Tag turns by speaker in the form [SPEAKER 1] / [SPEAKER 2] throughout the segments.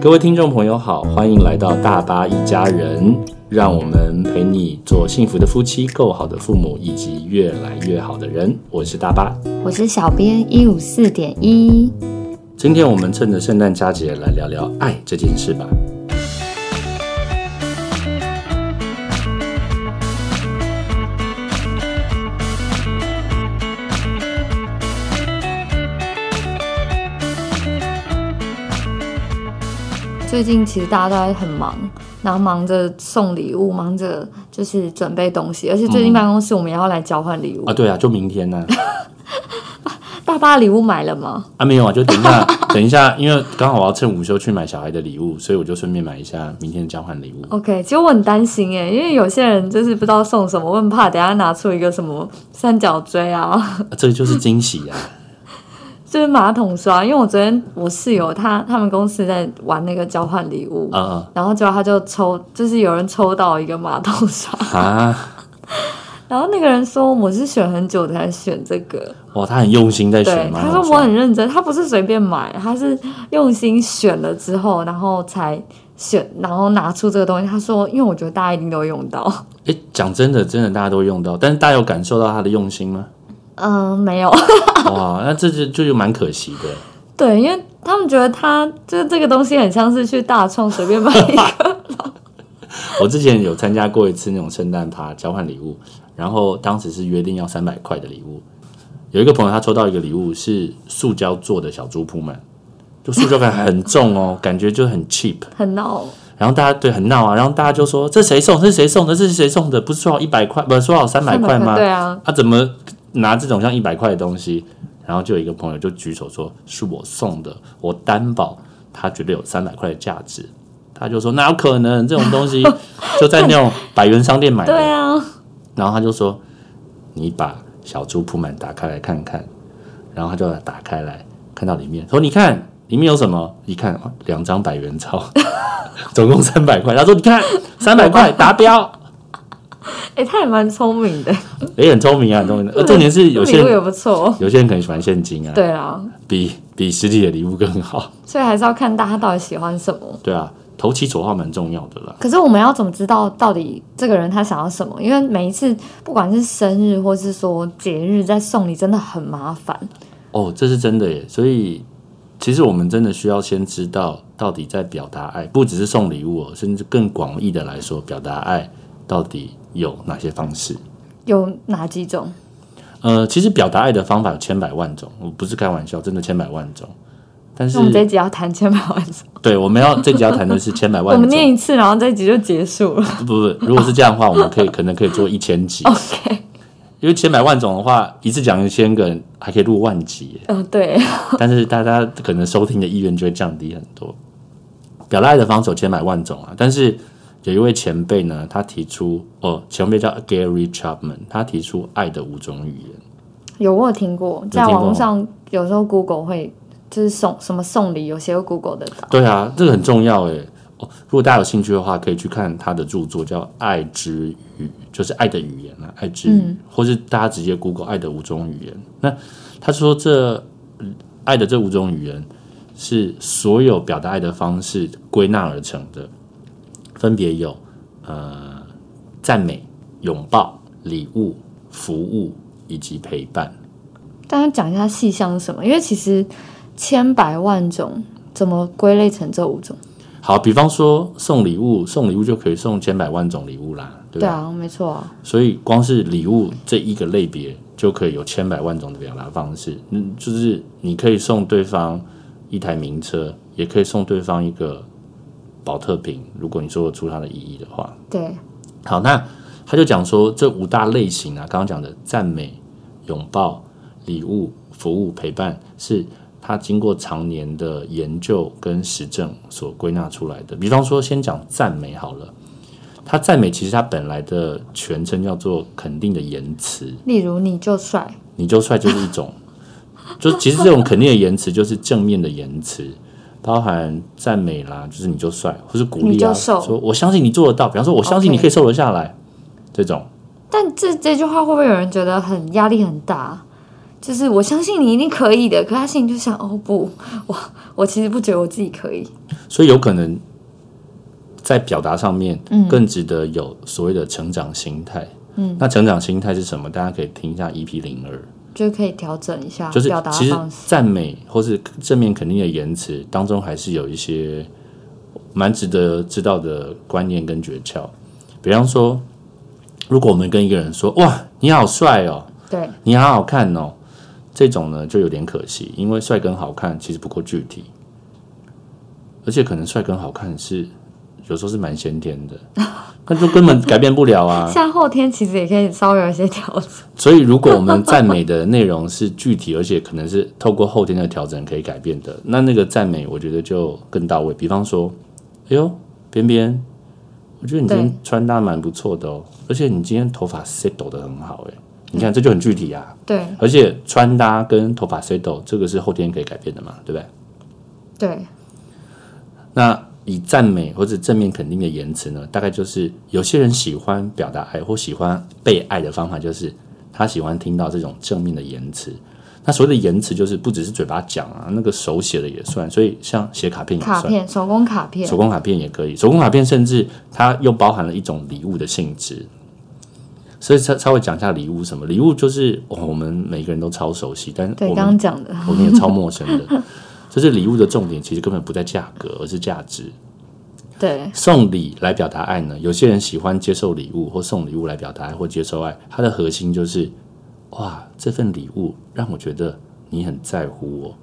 [SPEAKER 1] 各位听众朋友好，欢迎来到大巴一家人，让我们陪你做幸福的夫妻、够好的父母，以及越来越好的人。我是大巴，
[SPEAKER 2] 我是小编一五四点一。
[SPEAKER 1] 今天我们趁着圣诞佳节来聊聊爱这件事吧。
[SPEAKER 2] 最近其实大家都在很忙，然后忙着送礼物，忙着就是准备东西，而且最近办公室我们也要来交换礼物。
[SPEAKER 1] 啊，对啊，就明天呢、
[SPEAKER 2] 大巴礼物买了吗？
[SPEAKER 1] 啊，没有啊，就等一下， 等一下，因为刚好我要趁午休去买小孩的礼物，所以我就顺便买一下明天的交换礼物。
[SPEAKER 2] OK，其实我很担心耶，因为有些人就是不知道送什么，我很怕等一下拿出一个什么三角锥啊，
[SPEAKER 1] 啊这就是惊喜啊！
[SPEAKER 2] 就是马桶刷。因为我昨天我室友他他们公司在玩那个交换礼物，
[SPEAKER 1] 啊啊
[SPEAKER 2] 然后结果他就抽，就是有人抽到一个马桶刷，
[SPEAKER 1] 啊！
[SPEAKER 2] 然后那个人说我是选很久才选这个，
[SPEAKER 1] 哇，他很用心在
[SPEAKER 2] 对
[SPEAKER 1] 选，吗？
[SPEAKER 2] 他说我很认真，他不是随便买，他是用心选了之后，然后才选，然后拿出这个东西。他说，因为我觉得大家一定都会用到，
[SPEAKER 1] 哎，讲真的，真的大家都用到，但是大家有感受到他的用心吗？
[SPEAKER 2] 嗯，没有，
[SPEAKER 1] 哇，那这就就蛮可惜的。
[SPEAKER 2] 对，因为他们觉得他就是这个东西很像是去大创随便买一 个，
[SPEAKER 1] 我之前有参加过一次那种圣诞趴交换礼物，然后当时是约定要三百块的礼物。有一个朋友他抽到一个礼物是塑胶做的小猪铺满，就塑胶感很重 哦，感觉就很 cheap。
[SPEAKER 2] 很闹。
[SPEAKER 1] 然后大家对很闹啊，然后大家就说这谁送？这是谁送的？这是谁送的？不是说好一百块，不是说好三百块吗？
[SPEAKER 2] 对啊，
[SPEAKER 1] 啊，怎么拿这种像一百块的东西？然后就有一个朋友就举手说：“是我送的，我担保他绝对有三百块的价值。”他就说：“哪有可能？这种东西就在那种百元商店买
[SPEAKER 2] 对
[SPEAKER 1] 的。
[SPEAKER 2] 啊，”
[SPEAKER 1] 然后他就说：“你把小猪铺满打开来看看。”然后他就打开来，看到里面，说：“你看里面有什么？”一看，哦两张百元钞， 总共三百块。他说：“你看，三百块达标。
[SPEAKER 2] 哎、他也蛮聪明的，”
[SPEAKER 1] 也很聪明啊，很聪明。呃重点是有些
[SPEAKER 2] 礼物
[SPEAKER 1] 人
[SPEAKER 2] 也不错。
[SPEAKER 1] 有些人可能喜欢现金啊，
[SPEAKER 2] 对啊，
[SPEAKER 1] 比比实体的礼物更好。
[SPEAKER 2] 所以还是要看大家到底喜欢什么。
[SPEAKER 1] 对啊，投其所好蛮重要的啦。
[SPEAKER 2] 可是我们要怎么知道到底这个人他想要什么？因为每一次不管是生日或是说节日，在送礼真的很麻烦。
[SPEAKER 1] 哦，这是真的耶。所以其实我们真的需要先知道到底在表达爱，不只是送礼物哦，甚至更广义的来说，表达爱到底有哪些方式？
[SPEAKER 2] 有哪几种？
[SPEAKER 1] 呃，其实表达爱的方法有千百万种，我不是开玩笑，真的千百万种。但是
[SPEAKER 2] 那我，们这一集要谈千百万种，
[SPEAKER 1] 对，我们要这集要谈的是千百
[SPEAKER 2] 我
[SPEAKER 1] 万
[SPEAKER 2] 们
[SPEAKER 1] 种。
[SPEAKER 2] 念一次，然后这一集就结束 了。
[SPEAKER 1] 不不不，如果是这样的话，我们可以可能可以做一千集，
[SPEAKER 2] OK，
[SPEAKER 1] 因为千百万种的话，一次讲一千个，还可以录万集耶。
[SPEAKER 2] 嗯、对，
[SPEAKER 1] 但是大家可能收听的意愿就会降低很多。表达爱的方式有千百万种啊，但是有一位前辈呢，他提出哦，前辈叫 Gary Chapman，他提出爱的五种语言。
[SPEAKER 2] 有我有听过，在网络上有时候 Google 会就是送什么送礼，有些会 Google 得到。
[SPEAKER 1] 对啊，这个很重要诶。哦，如果大家有兴趣的话，可以去看他的著作叫《爱之语》，就是爱的语言啊，爱之语，或是大家直接 Google“ 爱的五种语言”。那他说这嗯爱的这五种语言是所有表达爱的方式归纳而成的，分别有呃赞美、拥抱、礼物、服务以及陪伴。
[SPEAKER 2] 大家讲一下细项是什么？因为其实千百万种怎么归类成这五种？
[SPEAKER 1] 好，比方说送礼物，送礼物就可以送千百万种礼物啦，对不
[SPEAKER 2] 对啊，没错啊。
[SPEAKER 1] 所以光是礼物这一个类别就可以有千百万种的表达方式。嗯，就是你可以送对方一台名车，也可以送对方一个保特瓶，如果你说得出它的意义的话。
[SPEAKER 2] 对，
[SPEAKER 1] 好，那他就讲说这五大类型啊，刚刚讲的赞美、拥抱、礼物、服务、陪伴，是他经过常年的研究跟实证所归纳出来的。比方说，先讲赞美好了，他赞美其实他本来的全称叫做肯定的言辞，
[SPEAKER 2] 例如你就帅，
[SPEAKER 1] 你就帅就是一种， 就其实这种肯定的言辞就是正面的言辞，包含赞美啦，就是你就帅，或是鼓
[SPEAKER 2] 你
[SPEAKER 1] 励啊，
[SPEAKER 2] 就瘦
[SPEAKER 1] 说我相信你做得到，比方说我相信你
[SPEAKER 2] OK
[SPEAKER 1] 可以瘦得下来这种。
[SPEAKER 2] 但这这句话会不会有人觉得很压力很大？就是我相信你一定可以的，可他心里就想哦不，我我其实不觉得我自己可以，
[SPEAKER 1] 所以有可能在表达上面，
[SPEAKER 2] 嗯
[SPEAKER 1] 更值得有所谓的成长心态。嗯，那成长心态是什么？大家可以听一下 EP 零二，
[SPEAKER 2] 就可以调整一下
[SPEAKER 1] 就是
[SPEAKER 2] 啊表达
[SPEAKER 1] 其实
[SPEAKER 2] 方式。
[SPEAKER 1] 赞美或是正面肯定的言辞当中，还是有一些蛮值得知道的观念跟诀窍。比方说，如果我们跟一个人说：“哇，你好帅哦”，
[SPEAKER 2] 对，
[SPEAKER 1] 你好好看哦，这种呢就有点可惜，因为帅跟好看其实不够具体，而且可能帅跟好看是有时候是蛮先天的，那就根本改变不了啊。
[SPEAKER 2] 像后天其实也可以稍微有一些调整。
[SPEAKER 1] 所以如果我们赞美的内容是具体，而且可能是透过后天的调整可以改变的，那那个赞美我觉得就更到位。比方说，哎呦，边边，我觉得你今天
[SPEAKER 2] 对
[SPEAKER 1] 穿搭蛮不错的哦，而且你今天头发 set 的很好哎，你看这就很具体啊。
[SPEAKER 2] 对
[SPEAKER 1] 而且穿搭跟头发 settle 这个是后天可以改变的嘛，对不对？
[SPEAKER 2] 对，
[SPEAKER 1] 那以赞美或者正面肯定的言辞呢，大概就是有些人喜欢表达爱或喜欢被爱的方法，就是他喜欢听到这种正面的言辞。那所谓的言辞，就是不只是嘴巴讲啊，那个手写的也算，所以像写卡片也
[SPEAKER 2] 卡
[SPEAKER 1] 算，
[SPEAKER 2] 片手工卡片
[SPEAKER 1] 手工卡片也可以，手工卡片甚至它又包含了一种礼物的性质。所以稍稍微讲一下礼物是什么，礼物就是、哦、我们每个人都超熟悉，但
[SPEAKER 2] 对
[SPEAKER 1] 啊我
[SPEAKER 2] 刚
[SPEAKER 1] 们
[SPEAKER 2] 刚讲的，
[SPEAKER 1] 我们也超陌生的。就是礼物的重点其实根本不在价格，而是价值。
[SPEAKER 2] 对
[SPEAKER 1] 送礼来表达爱呢，有些人喜欢接受礼物，或送礼物来表达爱或接受爱，它的核心就是，哇，这份礼物让我觉得你很在乎我。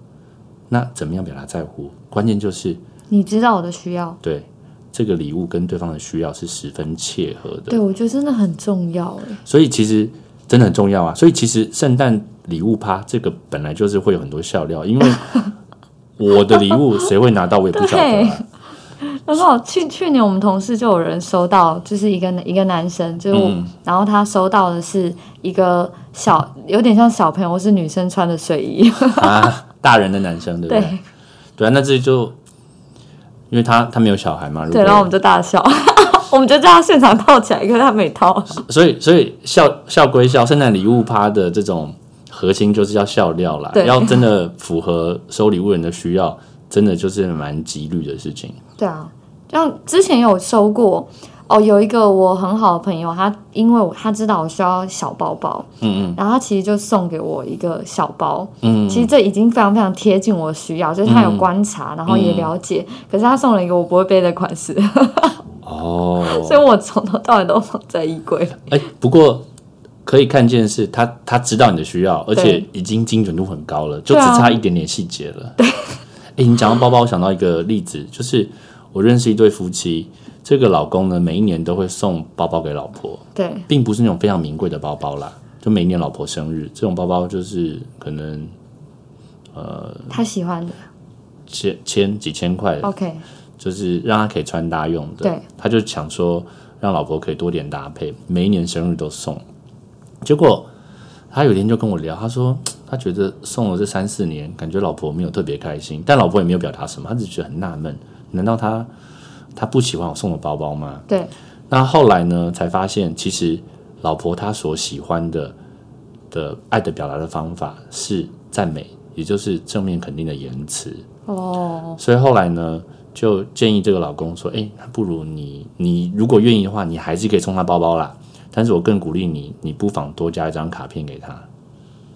[SPEAKER 1] 那怎么样表达在乎？关键就是
[SPEAKER 2] 你知道我的需要，
[SPEAKER 1] 对这个礼物跟对方的需要是十分切合的。
[SPEAKER 2] 对我觉得真的很重要哎，
[SPEAKER 1] 所以其实真的很重要啊。所以其实圣诞礼物趴这个本来就是会有很多笑料，因为我的礼物谁会拿到我也不晓得、啊。
[SPEAKER 2] 然后哦去去年我们同事就有人收到，就是一个一个男生，就是我，然后他收到的是一个小有点像小朋友或是女生穿的睡衣，
[SPEAKER 1] 啊，大人的男生对不对？对
[SPEAKER 2] 对
[SPEAKER 1] 啊，那这就因为他他没有小孩嘛，如
[SPEAKER 2] 对，然后我们
[SPEAKER 1] 果
[SPEAKER 2] 就大笑， 我们就叫他现场套起来，可是他没套，
[SPEAKER 1] 所以所以笑笑归笑，圣诞礼物趴的这种核心就是要笑料啦，
[SPEAKER 2] 对
[SPEAKER 1] 要真的符合收礼物人的需要，真的就是蛮几率的事情。
[SPEAKER 2] 对啊，像之前有收过哦，有一个我很好的朋友，他因为我他知道我需要小包包，嗯嗯，然后他其实就送给我一个小包，嗯，其实这已经非常非常贴近我的需要，就是他有观察，然后也了解，可是他送了一个我不会背的款式，
[SPEAKER 1] 哦，
[SPEAKER 2] 所以我从头到尾都放在衣柜里，
[SPEAKER 1] 哎，不过可以看见是他他知道你的需要，而
[SPEAKER 2] 对
[SPEAKER 1] 且已经精准度很高了，就只
[SPEAKER 2] 对啊
[SPEAKER 1] 差一点点细节了。 对，哎，你讲到包包，我想到一个例子，就是我认识一对夫妻，这个老公呢每一年都会送包包给老婆，
[SPEAKER 2] 对
[SPEAKER 1] 并不是那种非常名贵的包包啦，就每一年老婆生日这种包包就是可能
[SPEAKER 2] 他喜欢的
[SPEAKER 1] 千千几千块，
[SPEAKER 2] ，OK，
[SPEAKER 1] 就是让他可以穿搭用的。
[SPEAKER 2] 对，
[SPEAKER 1] 他就想说让老婆可以多点搭配，每一年生日都送。结果他有一天就跟我聊，他说他觉得送了这三四年，感觉老婆没有特别开心，但老婆也没有表达什么，他只是觉得很纳闷，难道他他不喜欢我送的包包吗？
[SPEAKER 2] 对
[SPEAKER 1] 那后来呢，才发现其实老婆她所喜欢的的爱的表达的方法是赞美，也就是正面肯定的言辞。
[SPEAKER 2] 哦，
[SPEAKER 1] 所以后来呢，就建议这个老公说：“哎、那不如你，你如果愿意的话，你还是可以送他包包啦。但是我更鼓励你，你不妨多加一张卡片给他，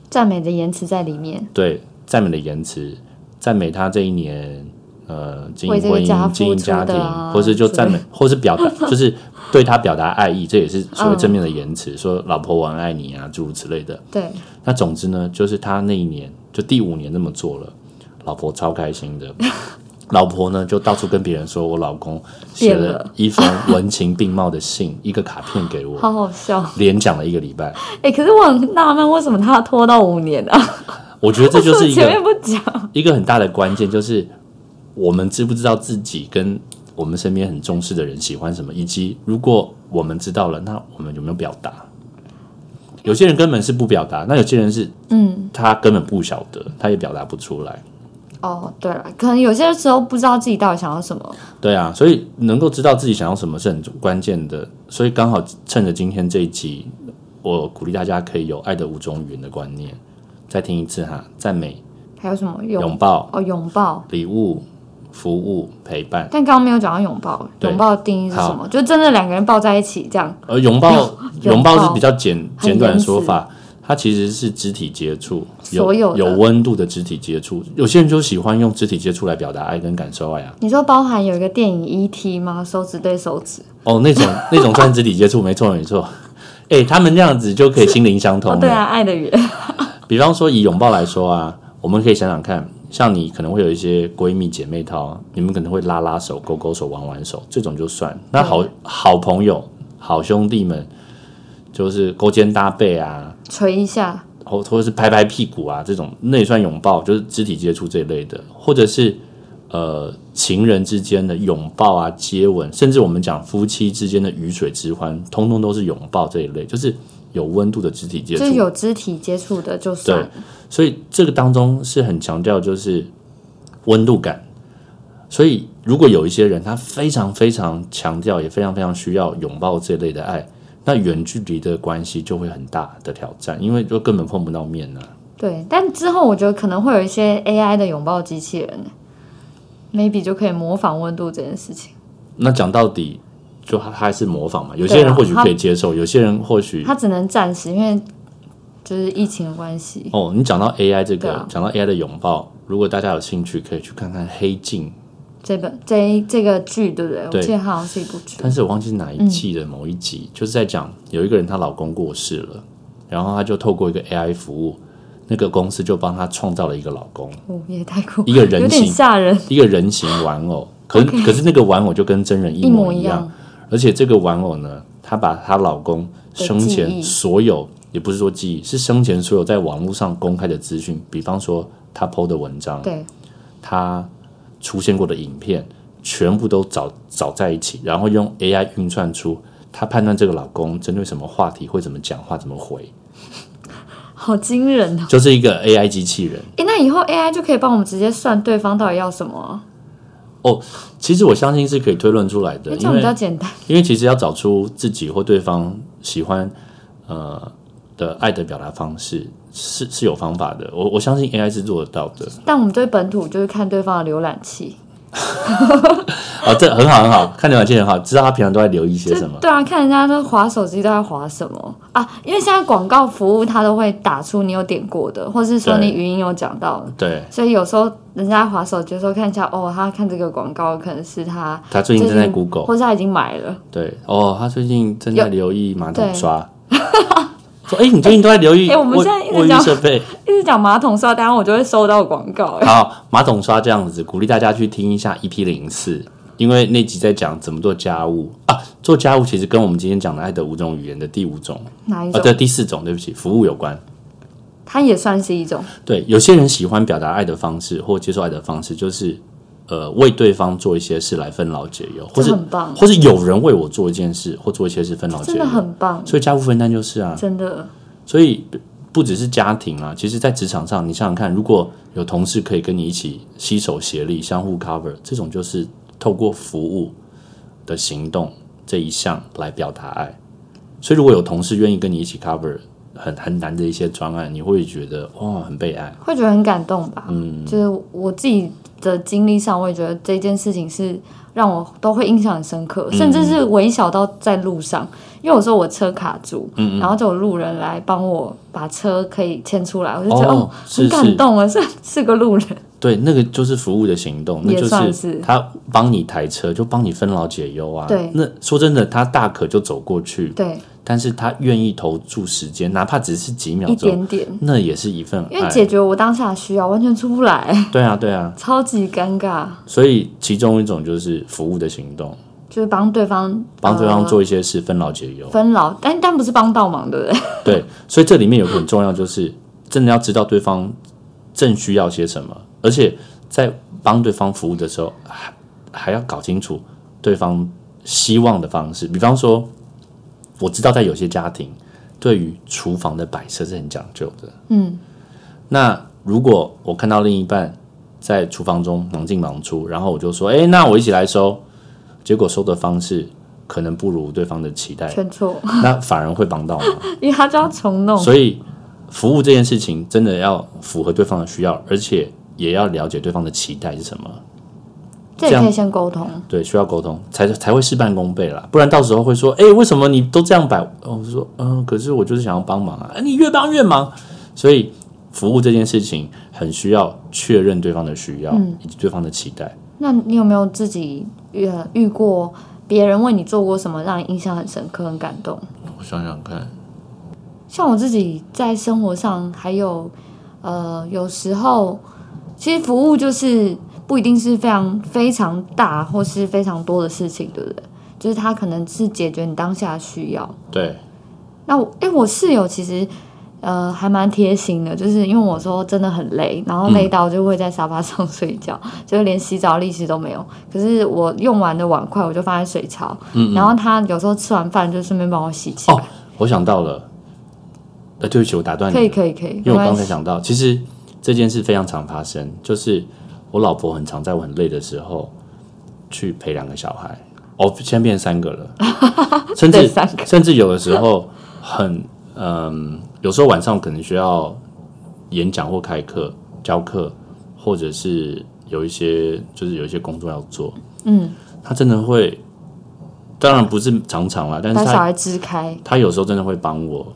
[SPEAKER 2] 赞美的言辞在里面，
[SPEAKER 1] 对，赞美的言辞，赞美他这一年。”呃，经
[SPEAKER 2] 为
[SPEAKER 1] 营
[SPEAKER 2] 这个
[SPEAKER 1] 婚
[SPEAKER 2] 家
[SPEAKER 1] 姻、
[SPEAKER 2] 付
[SPEAKER 1] 经营
[SPEAKER 2] 出
[SPEAKER 1] 家
[SPEAKER 2] 的
[SPEAKER 1] 庭，
[SPEAKER 2] 啊
[SPEAKER 1] 或是就
[SPEAKER 2] 之
[SPEAKER 1] 赞
[SPEAKER 2] 类
[SPEAKER 1] 美，或是表达，就是对他表达爱意，这也是所谓
[SPEAKER 2] 嗯
[SPEAKER 1] 正面的言辞，说老婆我很爱你啊，诸如此类的。
[SPEAKER 2] 对
[SPEAKER 1] 那总之呢，就是他那一年就第五年这么做了，老婆超开心的。 老婆呢就到处跟别人说，我老公写
[SPEAKER 2] 变
[SPEAKER 1] 了
[SPEAKER 2] 了
[SPEAKER 1] 一封文情并茂的信，一个卡片给我，
[SPEAKER 2] 好好笑，
[SPEAKER 1] 连讲了一个礼拜。
[SPEAKER 2] 哎、可是我很纳闷，为什么他拖到五年啊？
[SPEAKER 1] 我觉得这就是一
[SPEAKER 2] 前面
[SPEAKER 1] 个
[SPEAKER 2] 不讲，
[SPEAKER 1] 一个很大的关键，就是我们知不知道自己跟我们身边很重视的人喜欢什么，以及如果我们知道了，那我们有没有表达？有些人根本是不表达，那有些人是
[SPEAKER 2] 嗯。
[SPEAKER 1] 他根本不晓得，他也表达不出来。
[SPEAKER 2] 哦，对了，可能有些时候不知道自己到底想要什么。
[SPEAKER 1] 对啊，所以能够知道自己想要什么是很关键的。所以刚好趁着今天这一集，我鼓励大家可以有爱的五种语言的观念，再听一次哈，赞美、
[SPEAKER 2] 还有什么拥
[SPEAKER 1] 拥抱、
[SPEAKER 2] 哦拥抱？
[SPEAKER 1] 礼物、服务、陪伴。
[SPEAKER 2] 但刚刚没有讲到拥抱，
[SPEAKER 1] 对
[SPEAKER 2] 拥抱的定义是
[SPEAKER 1] 好
[SPEAKER 2] 什么？就真的两个人抱在一起这样。
[SPEAKER 1] 而呃拥抱，拥
[SPEAKER 2] 拥
[SPEAKER 1] 抱
[SPEAKER 2] 抱
[SPEAKER 1] 是比较简
[SPEAKER 2] 很
[SPEAKER 1] 简短的
[SPEAKER 2] 原始
[SPEAKER 1] 说法，它其实是肢体接触，有
[SPEAKER 2] 所有的
[SPEAKER 1] 有温度的肢体接触。有些人就喜欢用肢体接触来表达爱跟感受爱啊。
[SPEAKER 2] 你说包含有一个电影 E.T. 吗？手指对手指，
[SPEAKER 1] 哦，那种那种算肢体接触，没错没错。 哎、他们那样子就可以心灵相通
[SPEAKER 2] 哦，
[SPEAKER 1] 了。
[SPEAKER 2] 对啊，爱的语言，
[SPEAKER 1] 比方说以拥抱来说啊，我们可以想想看，像你可能会有一些闺蜜姐妹淘，你们可能会拉拉手、勾勾手、挽挽手，这种就算。那好好朋友、好兄弟们，就是勾肩搭背啊，
[SPEAKER 2] 捶一下，
[SPEAKER 1] 或或者是拍拍屁股啊，这种那也算拥抱，就是肢体接触这一类的，或者是呃情人之间的拥抱啊、接吻，甚至我们讲夫妻之间的鱼水之欢，通通都是拥抱这一类，就是有温度的肢体接触。
[SPEAKER 2] 就是有肢体接触的就算
[SPEAKER 1] 对。所以这个当中是很强调就是温度感。所以如果有一些人他非常非常强调，也非常非常需要拥抱这类的爱，那远距离的关系就会很大的挑战，因为就根本碰不到面呢、
[SPEAKER 2] 对，但之后我觉得可能会有一些 AI 的拥抱机器人，maybe 就可以模仿温度这件事情。
[SPEAKER 1] 那讲到底，就他还是模仿嘛。有
[SPEAKER 2] 对
[SPEAKER 1] 些
[SPEAKER 2] 啊
[SPEAKER 1] 人或许
[SPEAKER 2] 他
[SPEAKER 1] 可以接受，有些人或许
[SPEAKER 2] 它只能暂时，因为就是疫情的关系。
[SPEAKER 1] 哦，你讲到 AI 这
[SPEAKER 2] 对
[SPEAKER 1] 个
[SPEAKER 2] 啊，
[SPEAKER 1] 讲、到 AI 的拥抱，如果大家有兴趣，可以去看看《黑镜》
[SPEAKER 2] 这本这一这个剧对不对？
[SPEAKER 1] 对
[SPEAKER 2] 我记得它好像是一部剧。
[SPEAKER 1] 但是我忘记哪一
[SPEAKER 2] 嗯
[SPEAKER 1] 季的某一集，就是在讲有一个人她老公过世了，然后她就透过一个 AI 服务，那个公司就帮她创造了一个老公，
[SPEAKER 2] 哦，也太酷，
[SPEAKER 1] 一个人
[SPEAKER 2] 有点
[SPEAKER 1] 形
[SPEAKER 2] 吓人，
[SPEAKER 1] 一个人形玩偶。可是可是那个玩偶就跟真人一
[SPEAKER 2] 一模
[SPEAKER 1] 模
[SPEAKER 2] 一
[SPEAKER 1] 样，。而且这个玩偶呢，她把她老公生
[SPEAKER 2] 的记
[SPEAKER 1] 前
[SPEAKER 2] 忆
[SPEAKER 1] 所有，也不是说记忆，是生前所有在网络上公开的资讯，比方说她 PO 的文章，
[SPEAKER 2] 对，
[SPEAKER 1] 他出现过的影片，全部都找找在一起，然后用 AI 运算出他判断这个老公针对什么话题会怎么讲话、怎么回，
[SPEAKER 2] 好惊人哦！
[SPEAKER 1] 就是一个 AI 机器人。
[SPEAKER 2] 诶，那以后 AI 就可以帮我们直接算对方到底要什么啊，
[SPEAKER 1] 其实我相信是可以推论出来的，
[SPEAKER 2] 诶
[SPEAKER 1] 因
[SPEAKER 2] 这样比较
[SPEAKER 1] 为
[SPEAKER 2] 简单。
[SPEAKER 1] 因为其实要找出自己或对方喜欢呃的爱的表达方式是是有方法的，我我相信 AI 是做得到的。
[SPEAKER 2] 但我们对本土就是看对方的浏览器，
[SPEAKER 1] 啊，这很好很好，看浏览器很好，知道他平常都在留意些
[SPEAKER 2] 就
[SPEAKER 1] 什么。
[SPEAKER 2] 对啊，看人家都划手机都在划什么啊？因为现在广告服务它都会打出你有点过的，或是说
[SPEAKER 1] 对
[SPEAKER 2] 你语音有讲到的。
[SPEAKER 1] 对
[SPEAKER 2] 所以有时候人家划手机的时候看一下，哦，他看这个广告可能是他
[SPEAKER 1] 他最近正在 Google，
[SPEAKER 2] 或是他已经买了，
[SPEAKER 1] 对哦，他最近正在留意马桶
[SPEAKER 2] 对
[SPEAKER 1] 刷。 说，哎、你最近都在留意
[SPEAKER 2] 哎我们
[SPEAKER 1] 卫
[SPEAKER 2] 现在一直
[SPEAKER 1] 卫浴
[SPEAKER 2] 讲
[SPEAKER 1] 设备，
[SPEAKER 2] 一直讲马桶刷，等一下我就会收到广告。哎
[SPEAKER 1] 好，马桶刷这样子，鼓励大家去听一下 EP 零四，因为那集在讲怎么做家务啊。做家务其实跟我们今天讲的爱的五种语言的第五种
[SPEAKER 2] 哪一
[SPEAKER 1] 啊，
[SPEAKER 2] 种？
[SPEAKER 1] 对，第四种，对不起，服务有关。
[SPEAKER 2] 它也算是一种，
[SPEAKER 1] 对，有些人喜欢表达爱的方式或接受爱的方式，就是呃为对方做一些事来分劳解忧，或
[SPEAKER 2] 这
[SPEAKER 1] 是
[SPEAKER 2] 很棒，
[SPEAKER 1] 或是有人为我做一件事或做一些事分劳解
[SPEAKER 2] 真的
[SPEAKER 1] 忧。
[SPEAKER 2] 很棒，
[SPEAKER 1] 所以家务分担就是啊，
[SPEAKER 2] 真的。
[SPEAKER 1] 所以不不只是家庭啊，其实在职场上，你想想看，如果有同事可以跟你一起携手协力、相互 cover，这种就是透过服务的行动这一项来表达爱。所以如果有同事愿意跟你一起 cover 很很难的一些专案，你会觉得哇很被爱。
[SPEAKER 2] 会觉得很感动吧？嗯，就是我自己的经历上，我也觉得这件事情是让我都会印象很深刻，
[SPEAKER 1] 嗯
[SPEAKER 2] 甚至是微小到在路上，因为有时候我车卡住，
[SPEAKER 1] 嗯
[SPEAKER 2] 然后就有路人来帮我把车可以牵出来，我就觉得
[SPEAKER 1] 哦
[SPEAKER 2] 哦，
[SPEAKER 1] 是
[SPEAKER 2] 很感动啊，是是个路人，
[SPEAKER 1] 对，那个就是服务的行动，那
[SPEAKER 2] 也
[SPEAKER 1] 就
[SPEAKER 2] 算
[SPEAKER 1] 是
[SPEAKER 2] 是
[SPEAKER 1] 他帮你抬车，就帮你分劳解忧啊。
[SPEAKER 2] 对
[SPEAKER 1] 那说真的，他大可就走过去，
[SPEAKER 2] 对，
[SPEAKER 1] 但是他愿意投注时间，哪怕只是几秒
[SPEAKER 2] 一
[SPEAKER 1] 钟，哎
[SPEAKER 2] 点点，
[SPEAKER 1] 那也是一份
[SPEAKER 2] 因为
[SPEAKER 1] 爱。
[SPEAKER 2] 解决我当下的需要，完全出不来，
[SPEAKER 1] 对啊，对啊，
[SPEAKER 2] 超级尴尬，
[SPEAKER 1] 所以其中一种就是服务的行动，
[SPEAKER 2] 就是帮对方
[SPEAKER 1] 帮对方
[SPEAKER 2] 呃
[SPEAKER 1] 做一些事，分劳解忧。
[SPEAKER 2] 分劳，但但不是帮倒忙，对不对？
[SPEAKER 1] 对，所以这里面有个很重要，就是真的要知道对方正需要些什么，而且在帮对方服务的时候，还还要搞清楚对方希望的方式。比方说，我知道在有些家庭，对于厨房的摆设是很讲究的。
[SPEAKER 2] 嗯，
[SPEAKER 1] 那如果我看到另一半在厨房中忙进忙出，然后我就说：“哎、那我一起来收。”结果收的方式可能不如对方的期待，
[SPEAKER 2] 全错，
[SPEAKER 1] 那反而会帮到忙。
[SPEAKER 2] 哦因为他就要重弄，
[SPEAKER 1] 所以服务这件事情真的要符合对方的需要，而且也要了解对方的期待是什么。
[SPEAKER 2] 这也可以先沟通。
[SPEAKER 1] 对，需要沟通才才会事半功倍啦，不然到时候会说，哎、为什么你都这样摆？哦我说，嗯，可是我就是想要帮忙啊，哎你越帮越忙。所以服务这件事情很需要确认对方的需要、以及对方的期待。
[SPEAKER 2] 那你有没有自己遇遇过别人为你做过什么让你印象很深刻、很感动？
[SPEAKER 1] 我想想看，
[SPEAKER 2] 像我自己在生活上，还有呃，有时候其实服务就是不一定是非常非常大或是非常多的事情，对不对？就是它可能是解决你当下的需要。
[SPEAKER 1] 对，
[SPEAKER 2] 那我哎、我室友其实呃还蛮贴心的，就是因为我说真的很累，然
[SPEAKER 1] 嗯
[SPEAKER 2] 后累到就会在沙发上 睡觉，就是连洗澡力气都没有。可是我用完的碗筷我就放在水槽，然后他有时候吃完饭就顺便帮我洗起
[SPEAKER 1] 嗯
[SPEAKER 2] 来。
[SPEAKER 1] 哦我想到了，呃，对不起，我打断你
[SPEAKER 2] 可
[SPEAKER 1] 了
[SPEAKER 2] 以可以可以，
[SPEAKER 1] 因为
[SPEAKER 2] 没
[SPEAKER 1] 我刚
[SPEAKER 2] 关
[SPEAKER 1] 才
[SPEAKER 2] 系。
[SPEAKER 1] 想到，其实这件事非常常发生，就是我老婆很常在我很累的时候去陪两个小孩，哦，现在变三个 了，甚至
[SPEAKER 2] 对三个
[SPEAKER 1] 甚至有的时候很嗯，有时候晚上可能需要演讲或开课、教课，或者是有一些就是有一些工作要做，
[SPEAKER 2] 嗯，
[SPEAKER 1] 她真的会，当然不是常常啦，但是
[SPEAKER 2] 把
[SPEAKER 1] 她
[SPEAKER 2] 小孩支开，
[SPEAKER 1] 他有时候真的会帮我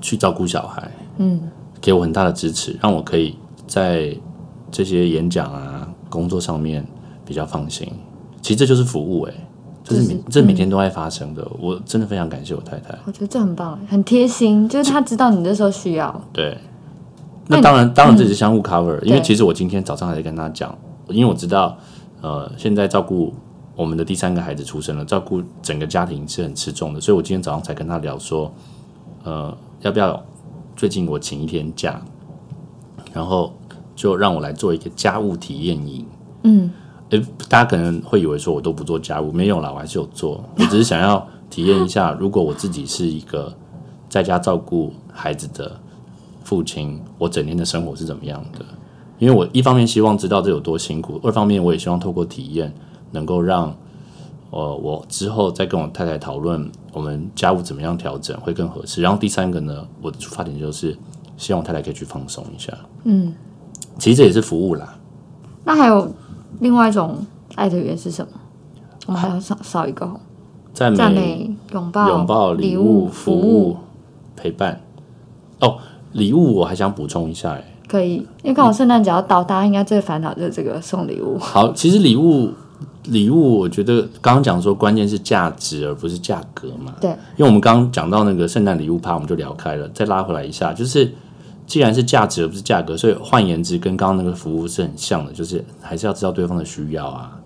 [SPEAKER 1] 去照顾小孩，
[SPEAKER 2] 嗯，
[SPEAKER 1] 给我很大的支持，让我可以在这些演讲啊、工作上面比较放心。其实这就是服务、欸，这是每、
[SPEAKER 2] 就是
[SPEAKER 1] 这每天都在发生的。我真的非常感谢我太太。
[SPEAKER 2] 我觉得这很棒，很贴心，就是他知道你这时候需要。
[SPEAKER 1] 对，那
[SPEAKER 2] 那你
[SPEAKER 1] 当然，当然这只是相互 cover，、因为
[SPEAKER 2] 哎嗯对
[SPEAKER 1] 其实我今天早上还在跟他讲，因为我知道，呃，现在照顾我们的第三个孩子出生了，照顾整个家庭是很吃重的，所以我今天早上才跟他聊说，呃，要不要最近我请一天假，然后就让我来做一个家务体验营。
[SPEAKER 2] 嗯，
[SPEAKER 1] 诶，大家可能会以为说我都不做家务，没有啦，我还是有做。我只是想要体验一下，如果我自己是一个在家照顾孩子的父亲，我整天的生活是怎么样的？因为我一方面希望知道这有多辛苦，二方面我也希望透过体验能够让，呃，我之后再跟我太太讨论我们家务怎么样调整会更合适。然后第三个呢，我的出发点就是希望我太太可以去放松一下。
[SPEAKER 2] 嗯，
[SPEAKER 1] 其实这也是服务啦。
[SPEAKER 2] 那还有另外一种爱的语言是什么？我们还要少少一个哦
[SPEAKER 1] 啊赞美
[SPEAKER 2] 赞美、拥抱、
[SPEAKER 1] 拥抱、
[SPEAKER 2] 礼
[SPEAKER 1] 礼物、
[SPEAKER 2] 服
[SPEAKER 1] 服务、陪伴。哦，礼物我还想补充一下，哎，
[SPEAKER 2] 可以，因为刚好圣诞节要到，大家应该最烦恼就是这个送礼物。
[SPEAKER 1] 好，其实礼物，礼物，我觉得刚刚讲说关键是价值而不是价格嘛，
[SPEAKER 2] 对，
[SPEAKER 1] 因为我们刚刚讲到那个圣诞礼物趴，我们就聊开了，再拉回来一下，就是既然是价值而不是价格，所以换言之，跟刚刚那个服务是很像的，就是还是要知道对方的需要啊，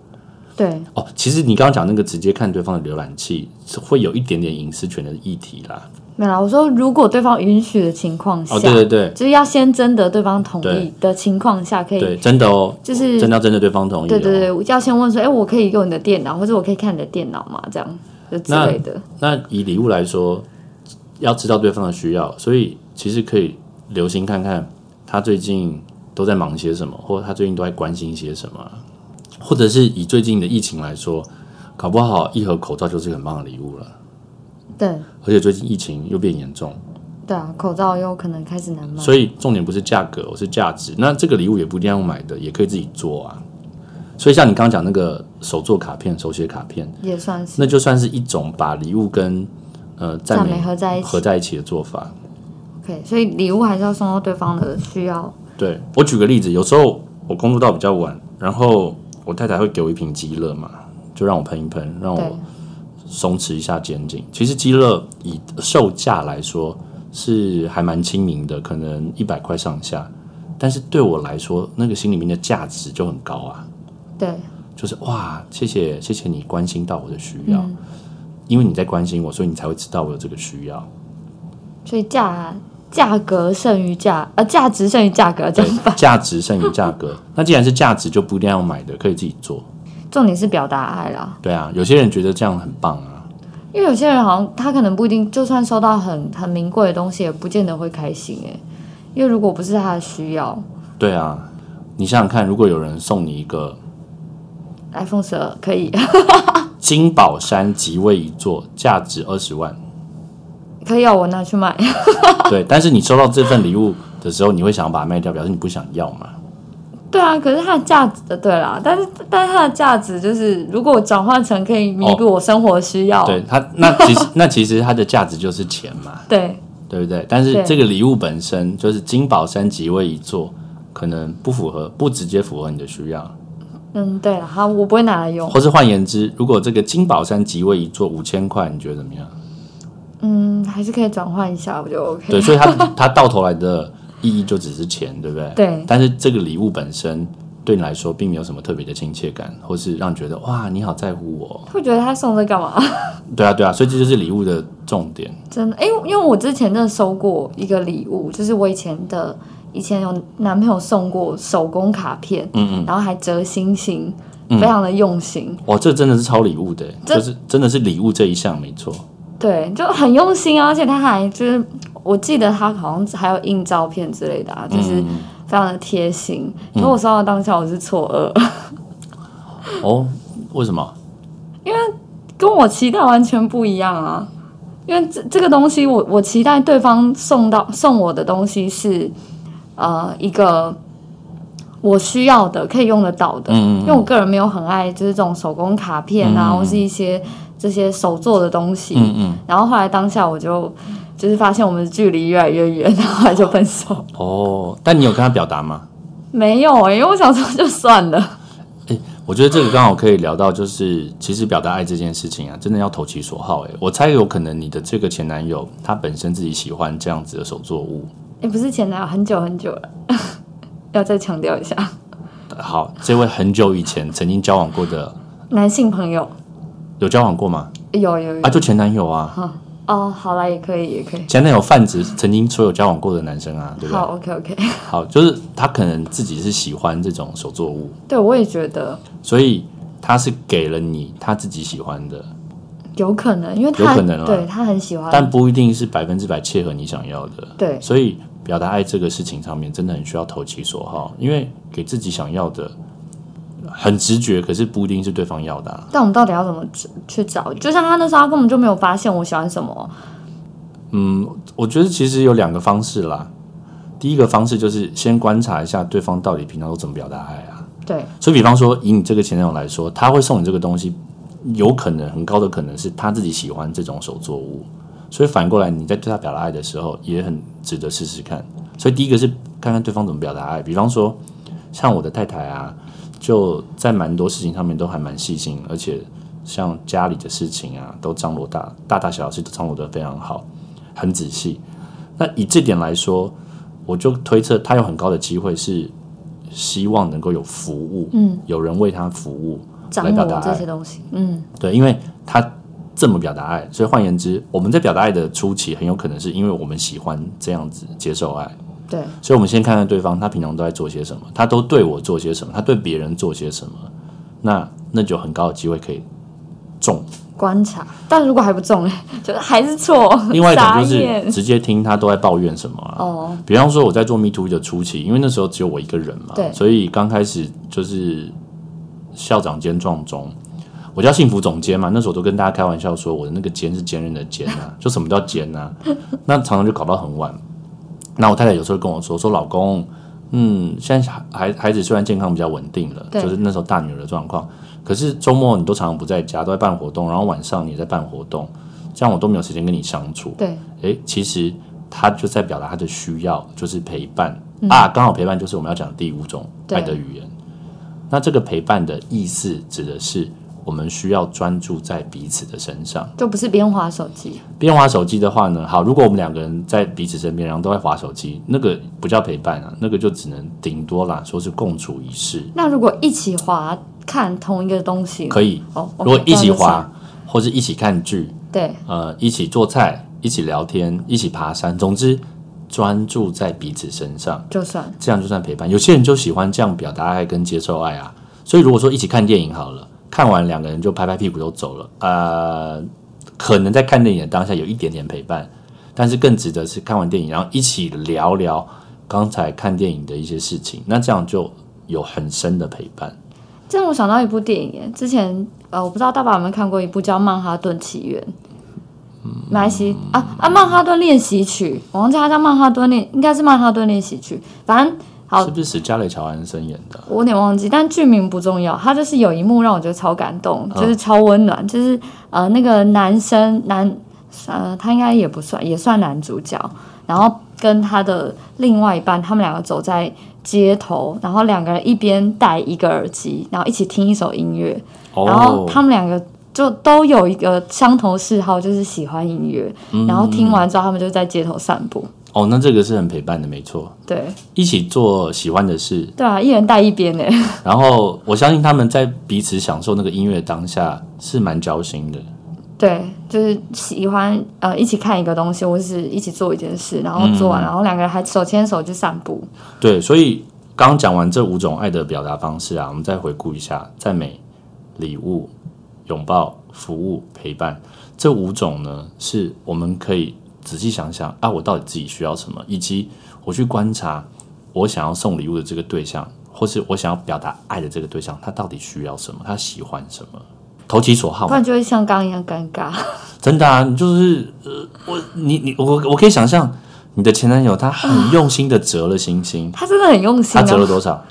[SPEAKER 2] 对，
[SPEAKER 1] 哦，其实你刚刚讲那个直接看对方的浏览器，是会有一点点隐私权的议题啦。
[SPEAKER 2] 没啦。我说，如果对方允许的情况下，
[SPEAKER 1] 哦，对对对
[SPEAKER 2] 就是啊要先征得对方同意
[SPEAKER 1] 对
[SPEAKER 2] 的情况下，可以，
[SPEAKER 1] 对，真的哦，
[SPEAKER 2] 就是
[SPEAKER 1] 真的要真的对方同意、哦。
[SPEAKER 2] 对对对，我就要先问说，哎，我可以用你的电脑，或者我可以看你的电脑吗？这样就之类的。
[SPEAKER 1] 那以礼物来说，要知道对方的需要，所以其实可以留心看看他最近都在忙些什么，或者他最近都在关心些什么，或者是以最近的疫情来说，搞不好一盒口罩就是个很棒的礼物了。
[SPEAKER 2] 对
[SPEAKER 1] 而且最近疫情又变严重，
[SPEAKER 2] 对啊，口罩又可能开始难买。
[SPEAKER 1] 所以重点不是价格，而是价值。那这个礼物也不一定要买的，也可以自己做啊。所以像你刚刚讲那个手做卡片、手写卡片，
[SPEAKER 2] 也算是
[SPEAKER 1] 那就算是一种把礼物跟呃赞
[SPEAKER 2] 赞
[SPEAKER 1] 美
[SPEAKER 2] 美合在一起
[SPEAKER 1] 合。在一起的做法。
[SPEAKER 2] OK，所以礼物还是要送到对方的需要。
[SPEAKER 1] 对我举个例子，有时候我工作到比较晚，然后我太太会给我一瓶鸡乐嘛，就让我喷一喷，让
[SPEAKER 2] 对
[SPEAKER 1] 我，松弛一下肩颈。其实鸡乐以售价来说是还蛮亲民的，可能一百块上下，但是对我来说，那个心里面的价值就很高啊，
[SPEAKER 2] 对，
[SPEAKER 1] 就是哇，谢谢谢谢你关心到我的需要，
[SPEAKER 2] 嗯
[SPEAKER 1] 因为你在关心我，所以你才会知道我有这个需要。
[SPEAKER 2] 啊所以价价格胜于价，呃，价值胜于价格，这
[SPEAKER 1] 对
[SPEAKER 2] 样，
[SPEAKER 1] 价值胜于价格。那既然是价值，就不一定要买的，可以自己做。
[SPEAKER 2] 重点是表达爱啦。
[SPEAKER 1] 对啊，有些人觉得这样很棒啊，
[SPEAKER 2] 因为有些人好像他可能不一定，就算收到很很名贵的东西，也不见得会开心诶、因为如果不是他的需要
[SPEAKER 1] 对啊，你想想看，如果有人送你一个
[SPEAKER 2] ，iPhone 十二可以，
[SPEAKER 1] 金宝山即位一座，价值二十万，
[SPEAKER 2] 可以啊，我拿去卖。
[SPEAKER 1] 对，但是你收到这份礼物的时候，你会想把它卖掉，表示你不想要嘛？
[SPEAKER 2] 对啊，可是它的价值，对啦，但是但是它的价值就是，如果我转换成可以弥补我生活需要，
[SPEAKER 1] 哦对它，那其实那其实它的价值就是钱嘛，
[SPEAKER 2] 对
[SPEAKER 1] 对不对？但是
[SPEAKER 2] 对
[SPEAKER 1] 这个礼物本身就是金宝山即位一座，可能不符合，不直接符合你的需要，
[SPEAKER 2] 嗯，对了，好，我不会拿来用，
[SPEAKER 1] 或是换言之，如果这个金宝山即位一座五千块，你觉得怎么样？
[SPEAKER 2] 嗯，还是可以转换一下，我就 OK。
[SPEAKER 1] 对，所以它它到头来的意义就只是钱，对不对？
[SPEAKER 2] 对
[SPEAKER 1] 但是这个礼物本身对你来说并没有什么特别的亲切感，或是让你觉得哇你好在乎我。
[SPEAKER 2] 会觉得他送这干嘛？
[SPEAKER 1] 对啊，对啊，所以这就是礼物的重点。
[SPEAKER 2] 真的，因为因为我之前真的收过一个礼物，就是我以前的以前有男朋友送过手工卡片，嗯嗯，嗯然后还折星星，非常的用心，
[SPEAKER 1] 哇，哦这真的是超礼物的，
[SPEAKER 2] 这
[SPEAKER 1] 就是真的是礼物这一项没错。
[SPEAKER 2] 对，就很用心啊，而且他还就是我记得他好像还有印照片之类的啊，就是非常的贴心。可我收到当下我是错愕，
[SPEAKER 1] 哦，为什么？
[SPEAKER 2] 跟我期待完全不一样啊。因为这这个东西我，我期待对方送到送我的东西是，呃，一个我需要的、可以用得到
[SPEAKER 1] 嗯
[SPEAKER 2] 的。因为我个人没有很爱就是这种手工卡片啊，或是一些这些手做的东西。
[SPEAKER 1] 嗯嗯。
[SPEAKER 2] 然后后来当下我就就是发现我们的距离越来越远，然后后来就 分手。
[SPEAKER 1] 哦，但你有跟他表达吗？
[SPEAKER 2] 没有哎、因为我想说就算了。
[SPEAKER 1] 我觉得这个刚好可以聊到，就是其实表达爱这件事情啊，真的要投其所好。哎，我猜有可能你的这个前男友他本身自己喜欢这样子的手作物，
[SPEAKER 2] 也、哎不是前男友，很久很久了， 要再强调一下，
[SPEAKER 1] 好，这位很久以前曾经交往过的，
[SPEAKER 2] 男性朋友
[SPEAKER 1] 有交往过吗？
[SPEAKER 2] 有有有
[SPEAKER 1] 啊，就前男友啊，
[SPEAKER 2] 哦，好啦，也可以也可以。
[SPEAKER 1] 前男友泛指曾经所有交往过的男生啊，对不对？
[SPEAKER 2] 好，OK OK，
[SPEAKER 1] 好，就是他可能自己是喜欢这种手作物，
[SPEAKER 2] 对我也觉得
[SPEAKER 1] 所以他是给了你他自己喜欢的，
[SPEAKER 2] 有可能，因为
[SPEAKER 1] 有
[SPEAKER 2] 他
[SPEAKER 1] 可能啊
[SPEAKER 2] 对他很喜欢，
[SPEAKER 1] 但不一定是百分之百切合你想要的。
[SPEAKER 2] 对
[SPEAKER 1] 所以表达爱这个事情上面，真的很需要投其所好，因为给自己想要的很直觉，可是不一定是对方要的啊、
[SPEAKER 2] 但我们到底要怎么去去找？就像他那时候，他根本就没有发现我喜欢什么。
[SPEAKER 1] 我觉得其实有两个方式啦。第一个方式就是先观察一下对方到底平常都怎么表达爱啊。
[SPEAKER 2] 对
[SPEAKER 1] 所以，比方说，以你这个前男友来说，他会送你这个东西，有可能很高的可能是他自己喜欢这种手作物。所以反过来，你在对他表达爱的时候，也很值得试试看。所以第一个是看看对方怎么表达爱，比方说，像我的太太啊，就在蛮多事情上面都还蛮细心，而且像家里的事情啊，都张罗大大大小小事都张罗得非常好，很仔细。那以这点来说，我就推测他有很高的机会是希望能够有服务，嗯，有人为他服务，
[SPEAKER 2] 掌
[SPEAKER 1] 来表达
[SPEAKER 2] 握这
[SPEAKER 1] 爱
[SPEAKER 2] 些东西，
[SPEAKER 1] 哎
[SPEAKER 2] 嗯，
[SPEAKER 1] 对，因为他这么表达爱，所以换言之，我们在表达爱的初期，很有可能是因为我们喜欢这样子接受爱，
[SPEAKER 2] 对
[SPEAKER 1] 所以我们先看看对方他平常都在做些什么，他都对我做些什么，他对别人做些什么，那那就很高的机会可以中。
[SPEAKER 2] 观察。但如果还不中，就是还是错。
[SPEAKER 1] 另外一种就
[SPEAKER 2] 傻
[SPEAKER 1] 是
[SPEAKER 2] 眼
[SPEAKER 1] 直接听他都在抱怨什么啊。
[SPEAKER 2] 哦，
[SPEAKER 1] 比方说我在做 Me Too 的初期，因为那时候只有我一个人嘛，
[SPEAKER 2] 对
[SPEAKER 1] 所以刚开始就是校长兼撞钟，我叫幸福总监嘛，那时候我都跟大家开玩笑说我的那个监是坚韧的坚 啊，就什么叫坚啊？那常常就搞到很晚。那我太太有时候跟我说说老公，嗯，现在孩孩子虽然健康比较稳定了，
[SPEAKER 2] 对
[SPEAKER 1] 就是那时候大女儿的状况，可是周末你都常常不在家，都在办活动，然后晚上你也在办活动，这样我都没有时间跟你相处。
[SPEAKER 2] 对
[SPEAKER 1] 诶，其实他就在表达他的需要，就是陪伴、啊。刚好陪伴就是我们要讲的第五种
[SPEAKER 2] 对
[SPEAKER 1] 爱的语言。那这个陪伴的意思指的是我们需要专注在彼此的身上。
[SPEAKER 2] 就不是边滑手机，
[SPEAKER 1] 边滑手机的话呢，好，如果我们两个人在彼此身边，然后都在滑手机，那个不叫陪伴啊，那个就只能顶多啦，说是共处一室，
[SPEAKER 2] 那如果一起滑看同一个东西，
[SPEAKER 1] 可以。
[SPEAKER 2] 哦，
[SPEAKER 1] 如果
[SPEAKER 2] OK，
[SPEAKER 1] 一起
[SPEAKER 2] 这样就
[SPEAKER 1] 滑，或是一起看剧，
[SPEAKER 2] 算，对
[SPEAKER 1] 呃，一起做菜，一起聊天，一起爬山，总之专注在彼此身上。
[SPEAKER 2] 就算
[SPEAKER 1] 这样就算陪伴。有些人就喜欢这样表达爱跟接受爱啊。所以如果说一起看电影好了，看完两个人就拍拍屁股就走了，呃，可能在看电影的当下有一点点陪伴，但是更值得是看完电影然后一起聊聊刚才看电影的一些事情，那这样就有很深的陪伴。
[SPEAKER 2] 这让我想到一部电影耶，之前呃，我不知道大爸有没有看过一部叫《曼哈顿起源》，马来西啊啊曼哈顿练习曲，我忘记它叫曼哈顿练，应该是曼哈顿练习曲，反正。好
[SPEAKER 1] 是不是史嘉蕾·乔安森演的？
[SPEAKER 2] 我有点忘记，但剧名不重要。他就是有一幕让我觉得超感动，就是超温暖，就是呃那个男生男呃他应该也不算也算男主角，然后跟他的另外一半，他们两个走在街头，然后两个人一边戴一个耳机，然后一起听一首音乐，然后
[SPEAKER 1] 哦
[SPEAKER 2] 他们两个就都有一个相同嗜好，就是喜欢音乐，然后听完之后他们就在街头散步，
[SPEAKER 1] 哦，那这个是很陪伴的，没错，
[SPEAKER 2] 对
[SPEAKER 1] 一起做喜欢的事，
[SPEAKER 2] 对啊，一人带一边呢。
[SPEAKER 1] 然后我相信他们在彼此享受那个音乐当下是蛮交心的。
[SPEAKER 2] 对，就是喜欢呃一起看一个东西，或是一起做一件事，然后做完，然后两个人还手牵手去散步。
[SPEAKER 1] 对，所以刚刚讲完这五种爱的表达方式啊，我们再回顾一下：赞美、礼物、拥抱、服务、陪伴。这五种呢，是我们可以仔细想想啊，我到底自己需要什么，以及我去观察我想要送礼物的这个对象，或是我想要表达爱的这个对象，他到底需要什么，他喜欢什么，投其所好
[SPEAKER 2] 不
[SPEAKER 1] 嘛。
[SPEAKER 2] 然就会像刚刚一样尴尬。
[SPEAKER 1] 真的啊，你就是呃，我你你我我可以想象你的前男友他很用心的折了星星，
[SPEAKER 2] 他真的很用心、
[SPEAKER 1] 他折了
[SPEAKER 2] 啊，
[SPEAKER 1] 多少？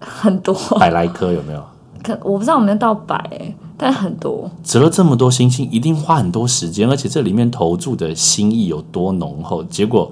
[SPEAKER 2] 很多，
[SPEAKER 1] 百来颗有没有？
[SPEAKER 2] 可我不知道有没有到百、欸，但很多。
[SPEAKER 1] 折了这么多星星，一定花很多时间，而且这里面投注的心意有多浓厚，结果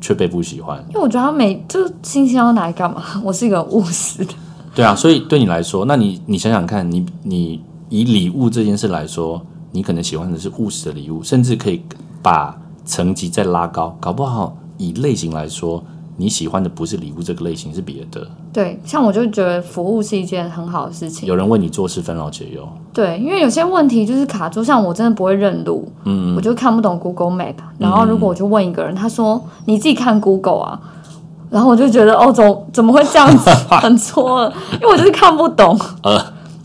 [SPEAKER 1] 却被不喜欢。
[SPEAKER 2] 因为我觉得他每就是星星要拿来干嘛？ 我是一个很务实的，
[SPEAKER 1] 对啊，所以对你来说，那你你想想看，你你以礼物这件事来说，你可能喜欢的是务实的礼物，甚至可以把层级再拉高，搞不好以类型来说，你喜欢的不是礼物这个类型，是别的。
[SPEAKER 2] 对，像我就觉得服务是一件很好的事情。
[SPEAKER 1] 有人为你做事，分劳解忧。
[SPEAKER 2] 对，因为有些问题就是卡住，像我真的不会认路，嗯，我就看不懂 Google Map。然后如果我去问一个人，他说你自己看 Google 啊，然后我就觉得哦，怎么怎么会这样 子，很错愕，因为我就是看不懂。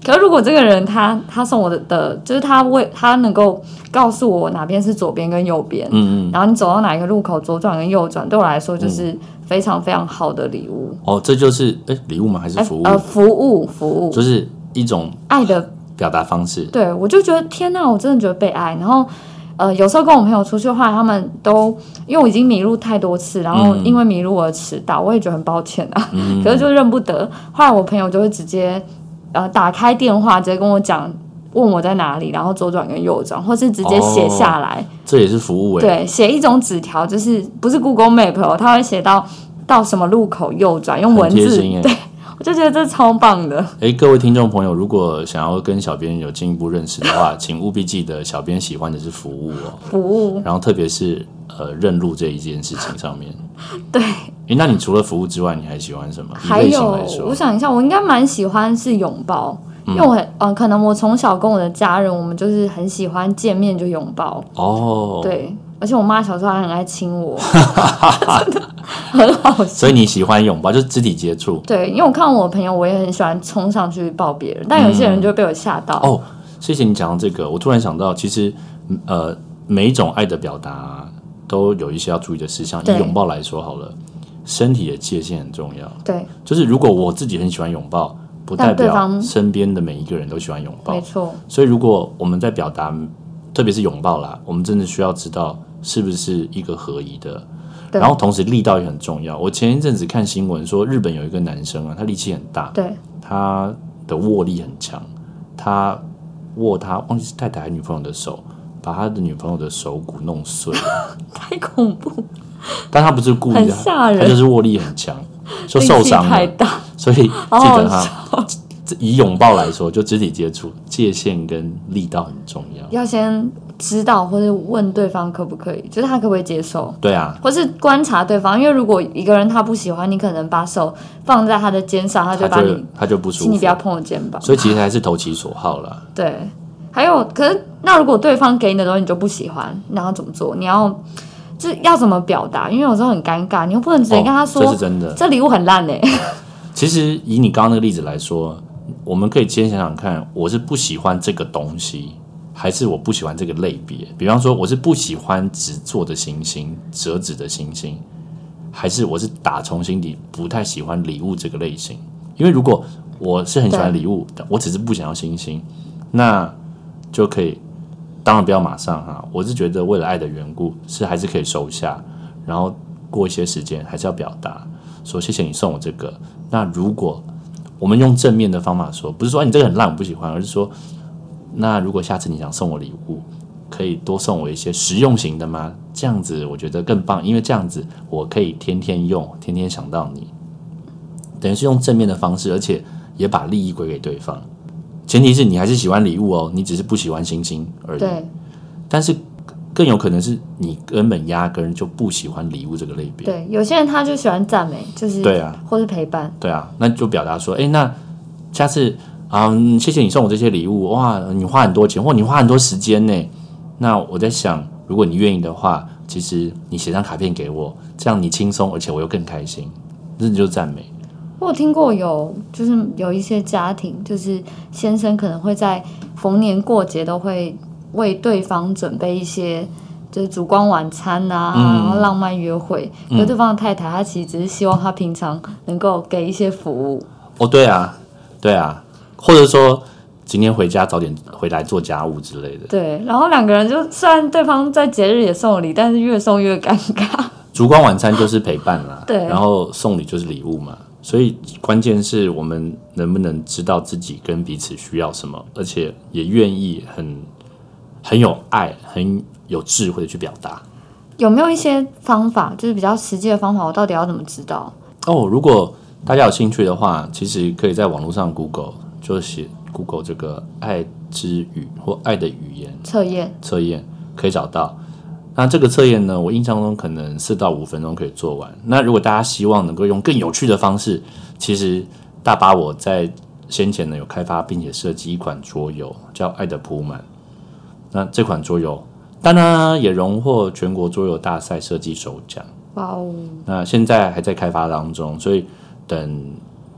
[SPEAKER 2] 可是如果这个人他他送我的的，就是他为他能够告诉我哪边是左边跟右边，嗯嗯，嗯然后你走到哪一个路口左转跟右转，对我来说就是非常非常好的礼物，
[SPEAKER 1] 哦，这就是哎，礼物吗？还是
[SPEAKER 2] 哎
[SPEAKER 1] 服务？
[SPEAKER 2] 呃服务服务
[SPEAKER 1] 就是一种
[SPEAKER 2] 爱的
[SPEAKER 1] 表达方式。
[SPEAKER 2] 对，我就觉得天呐，我真的觉得被爱。然后，呃，有时候跟我朋友出去的话，他们都因为我已经迷路太多次，然
[SPEAKER 1] 嗯
[SPEAKER 2] 后因为迷路而迟到，我也觉得很抱歉啊。可是就认不得。后来我朋友就会直接呃打开电话，直接跟我讲。问我在哪里，然后左转跟右转，或是直接
[SPEAKER 1] 哦
[SPEAKER 2] 写下来，
[SPEAKER 1] 这也是服务哎、
[SPEAKER 2] 对，写一种纸条，就是不是 Google Map，哦，他会写到到什么路口右转，用文
[SPEAKER 1] 很贴
[SPEAKER 2] 字，
[SPEAKER 1] 心哎、
[SPEAKER 2] 我就觉得这超棒的。
[SPEAKER 1] 哎，各位听众朋友，如果想要跟小编有进一步认识的 话，请务必记得，小编喜欢的是服务哦，
[SPEAKER 2] 服务
[SPEAKER 1] 然后特别是呃认路这一件事情上 面。对，哎，那你除了服务之外，你还喜欢什么？以
[SPEAKER 2] 还
[SPEAKER 1] 类型
[SPEAKER 2] 有
[SPEAKER 1] 来，
[SPEAKER 2] 我
[SPEAKER 1] 说，嗯
[SPEAKER 2] 想一下，我应该蛮喜欢是拥抱，因为我很呃，可能我从小跟我的家人，我们就是很喜欢见面就拥抱，
[SPEAKER 1] 哦，
[SPEAKER 2] 对，而且我妈小时候还很爱亲我， 真的很好笑。
[SPEAKER 1] 所以你喜欢拥抱，就是肢体接触
[SPEAKER 2] 对，因为我看我朋友，我也很喜欢冲上去抱别人，但有些人就会被我吓到。
[SPEAKER 1] 哦。谢谢你讲到这个，我突然想到，其实嗯呃，每一种爱的表达都有一些要注意的事项。以
[SPEAKER 2] 对
[SPEAKER 1] 拥抱来说好了，身体的界限很重要。
[SPEAKER 2] 对，
[SPEAKER 1] 就是如果我自己很喜欢拥抱，不
[SPEAKER 2] 但
[SPEAKER 1] 代
[SPEAKER 2] 对
[SPEAKER 1] 表
[SPEAKER 2] 方
[SPEAKER 1] 身边的每一个人都喜欢拥抱
[SPEAKER 2] 没。错，
[SPEAKER 1] 所以如果我们在表达，特别是拥抱啦，我们真的需要知道是不是一个合宜的。
[SPEAKER 2] 对
[SPEAKER 1] 然后同时力道也很重要。我前一阵子看新闻说，日本有一个男生啊，他力气很大，
[SPEAKER 2] 对，
[SPEAKER 1] 他的握力很强，他握他忘记是太太还是女朋友的手，把他的女朋友的手骨弄碎 了。
[SPEAKER 2] 太恐怖，
[SPEAKER 1] 但他不是故意
[SPEAKER 2] 很
[SPEAKER 1] 的，
[SPEAKER 2] 吓
[SPEAKER 1] 啊他
[SPEAKER 2] 人
[SPEAKER 1] 就是握力很强，就
[SPEAKER 2] 力
[SPEAKER 1] 受
[SPEAKER 2] 气
[SPEAKER 1] 伤了
[SPEAKER 2] 太。大，
[SPEAKER 1] 所以记
[SPEAKER 2] 好
[SPEAKER 1] 得哈，这以拥抱来说，就肢体接触界限跟力道很重要。
[SPEAKER 2] 要先知道或者问对方可不可以，就是他可不可以接受。
[SPEAKER 1] 对啊，
[SPEAKER 2] 或是观察对方，因为如果一个人他不喜欢，你可能把手放在他的肩上，他
[SPEAKER 1] 他
[SPEAKER 2] 就把
[SPEAKER 1] 就
[SPEAKER 2] 你，
[SPEAKER 1] 他就不
[SPEAKER 2] 请
[SPEAKER 1] 舒
[SPEAKER 2] 你
[SPEAKER 1] 服
[SPEAKER 2] 不，要碰我肩膀。
[SPEAKER 1] 所以其实还是投其所好啦。
[SPEAKER 2] 对，还有，可是那如果对方给你的东西你就不喜欢，然后怎么做？你要就是要怎么表达？因为有时候很尴尬，你又不能直接跟他
[SPEAKER 1] 哦、这
[SPEAKER 2] 说、
[SPEAKER 1] 是真的。
[SPEAKER 2] 这礼物很烂哎、
[SPEAKER 1] 其实以你刚刚那个例子来说，我们可以先想想看，我是不喜欢这个东西，还是我不喜欢这个类别？比方说，我是不喜欢纸做的星星、折纸的星星，还是我是打从心底不太喜欢礼物这个类型？因为如果我是很喜欢礼物，但我只是不想要星星，那就可以当然不要马上哈、我是觉得为了爱的缘故，是还是可以收下，然后过一些时间还是要表达，说谢谢你送我这个。那如果我们用正面的方法说，不是说、哎你这个很烂我不喜欢，而是说，那如果下次你想送我礼物，可以多送我一些实用型的吗？这样子我觉得更棒，因为这样子我可以天天用，天天想到你，等于是用正面的方式，而且也把利益归给对方。前提是你还是喜欢礼物哦，你只是不喜欢星星而已。
[SPEAKER 2] 对
[SPEAKER 1] 但是更有可能是你根本压根就不喜欢礼物这个类别。
[SPEAKER 2] 对，有些人他就喜欢赞美，就是
[SPEAKER 1] 对啊，
[SPEAKER 2] 或是陪伴，
[SPEAKER 1] 对啊，那就表达说，哎，那下次啊、嗯谢谢你送我这些礼物，哇，你花很多钱，或你花很多时间呢。那我在想，如果你愿意的话，其实你写张卡片给我，这样你轻松，而且我又更开心，这就是赞美。
[SPEAKER 2] 我有听过有，就是有一些家庭，就是先生可能会在逢年过节都会为对方准备一些，就是烛光晚餐啊，
[SPEAKER 1] 嗯
[SPEAKER 2] 然后浪漫约会。可是对方的太太，她其实只是希望他平常能够给一些服务。
[SPEAKER 1] 哦，对啊，对啊，或者说今天回家早点回来做家务之类的。
[SPEAKER 2] 对，然后两个人就虽然对方在节日也送了礼，但是越送越尴尬。
[SPEAKER 1] 烛光晚餐就是陪伴啦，
[SPEAKER 2] 对
[SPEAKER 1] 然后送礼就是礼物嘛，所以关键是我们能不能知道自己跟彼此需要什么，而且也愿意很很有爱、很有智慧的去表达。
[SPEAKER 2] 有没有一些方法，就是比较实际的方法？我到底要怎么知道？
[SPEAKER 1] 哦，如果大家有兴趣的话，其实可以在网络上 Google 就写 Google 这个爱之语或爱的语言
[SPEAKER 2] 测验
[SPEAKER 1] 测验可以找到。那这个测验呢，我印象中可能四到五分钟可以做完。那如果大家希望能够用更有趣的方式，其实大巴我在先前呢有开发并且设计一款桌游，叫《爱的铺满》。那这款桌游，当然也荣获全国桌游大赛设计首奖。
[SPEAKER 2] 哇哦，
[SPEAKER 1] 那现在还在开发当中，所以等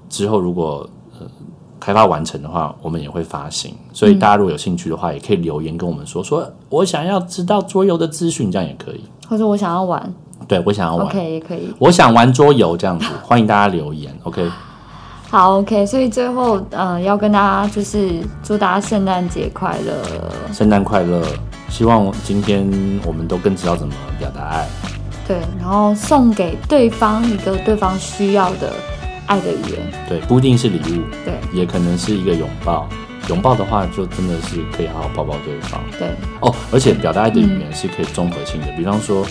[SPEAKER 1] 之后如果呃开发完成的话，我们也会发行。所以大家如果有兴趣的话，也可以留言跟我们说，说我想要知道桌游的资讯，这样也可以。
[SPEAKER 2] 或者我想要玩
[SPEAKER 1] 对我想要玩
[SPEAKER 2] o k 也可以。
[SPEAKER 1] 我想玩桌游这样子，欢迎大家留言。OK，
[SPEAKER 2] 好，OK，所以最后，嗯、要跟大家就是祝大家圣诞节快乐，
[SPEAKER 1] 圣诞快乐！希望今天我们都更知道怎么表达爱。
[SPEAKER 2] 对，然后送给对方一个对方需要的爱的语言，
[SPEAKER 1] 对，不一定是礼物，
[SPEAKER 2] 对
[SPEAKER 1] 也可能是一个拥抱。拥抱的话，就真的是可以好好抱抱对方。
[SPEAKER 2] 对
[SPEAKER 1] 哦，而且表达爱的语言是可以综合性的，比方说，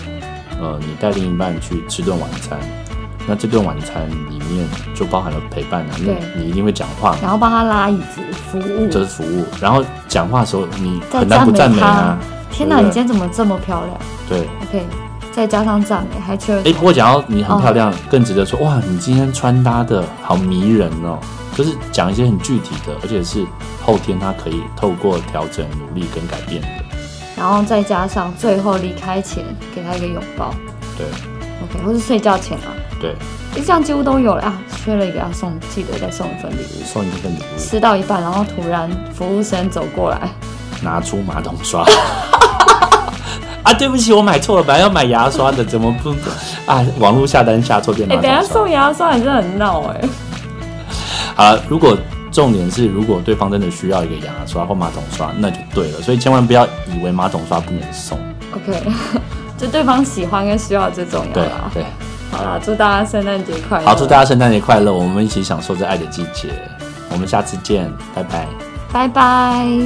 [SPEAKER 1] 呃，你带另一半去吃顿晚餐，那这顿晚餐里面就包含了陪伴啊，因为
[SPEAKER 2] 对
[SPEAKER 1] 你一定会讲话嘛，
[SPEAKER 2] 然后帮他拉椅子服务，
[SPEAKER 1] 这是服务，然后讲话的时候你
[SPEAKER 2] 再
[SPEAKER 1] 很难不赞美
[SPEAKER 2] 他。
[SPEAKER 1] 啊，
[SPEAKER 2] 天哪，
[SPEAKER 1] 对
[SPEAKER 2] 你
[SPEAKER 1] 不
[SPEAKER 2] 今
[SPEAKER 1] 对
[SPEAKER 2] 天怎么这么漂亮
[SPEAKER 1] 对。
[SPEAKER 2] ？OK，再加上赞美，还缺了
[SPEAKER 1] 哎，不过讲到你很漂亮，更值得说哇，你今天穿搭的好迷人哦，就是讲一些很具体的，而且是后天他可以透过调整、努力跟改变的，
[SPEAKER 2] 然后再加上最后离开前给他一个拥抱
[SPEAKER 1] 对
[SPEAKER 2] ，OK，或是睡觉前啊，
[SPEAKER 1] 对，
[SPEAKER 2] 诶这样几乎都有了啊，缺了一个要送，记得再送一份礼物。
[SPEAKER 1] 送一份礼物，
[SPEAKER 2] 吃到一半，然后突然服务生走过来，
[SPEAKER 1] 拿出马桶刷。 啊，对不起，我买错了，本来要买牙刷的，怎么不 啊？网络下单下错变
[SPEAKER 2] 哎、
[SPEAKER 1] 马
[SPEAKER 2] 等一下
[SPEAKER 1] 桶刷。
[SPEAKER 2] 送牙刷也是很闹哎、
[SPEAKER 1] 好了，如果重点是，如果对方真的需要一个牙刷或马桶刷，那就对了。所以千万不要以为马桶刷不能送。
[SPEAKER 2] OK，就 对方喜欢跟需要这种
[SPEAKER 1] 对
[SPEAKER 2] 啦。
[SPEAKER 1] 对，
[SPEAKER 2] 好啦，祝大家圣诞节快乐！
[SPEAKER 1] 好，祝大家圣诞节快乐，我们一起享受这爱的季节。我们下次见，拜拜。
[SPEAKER 2] 拜拜。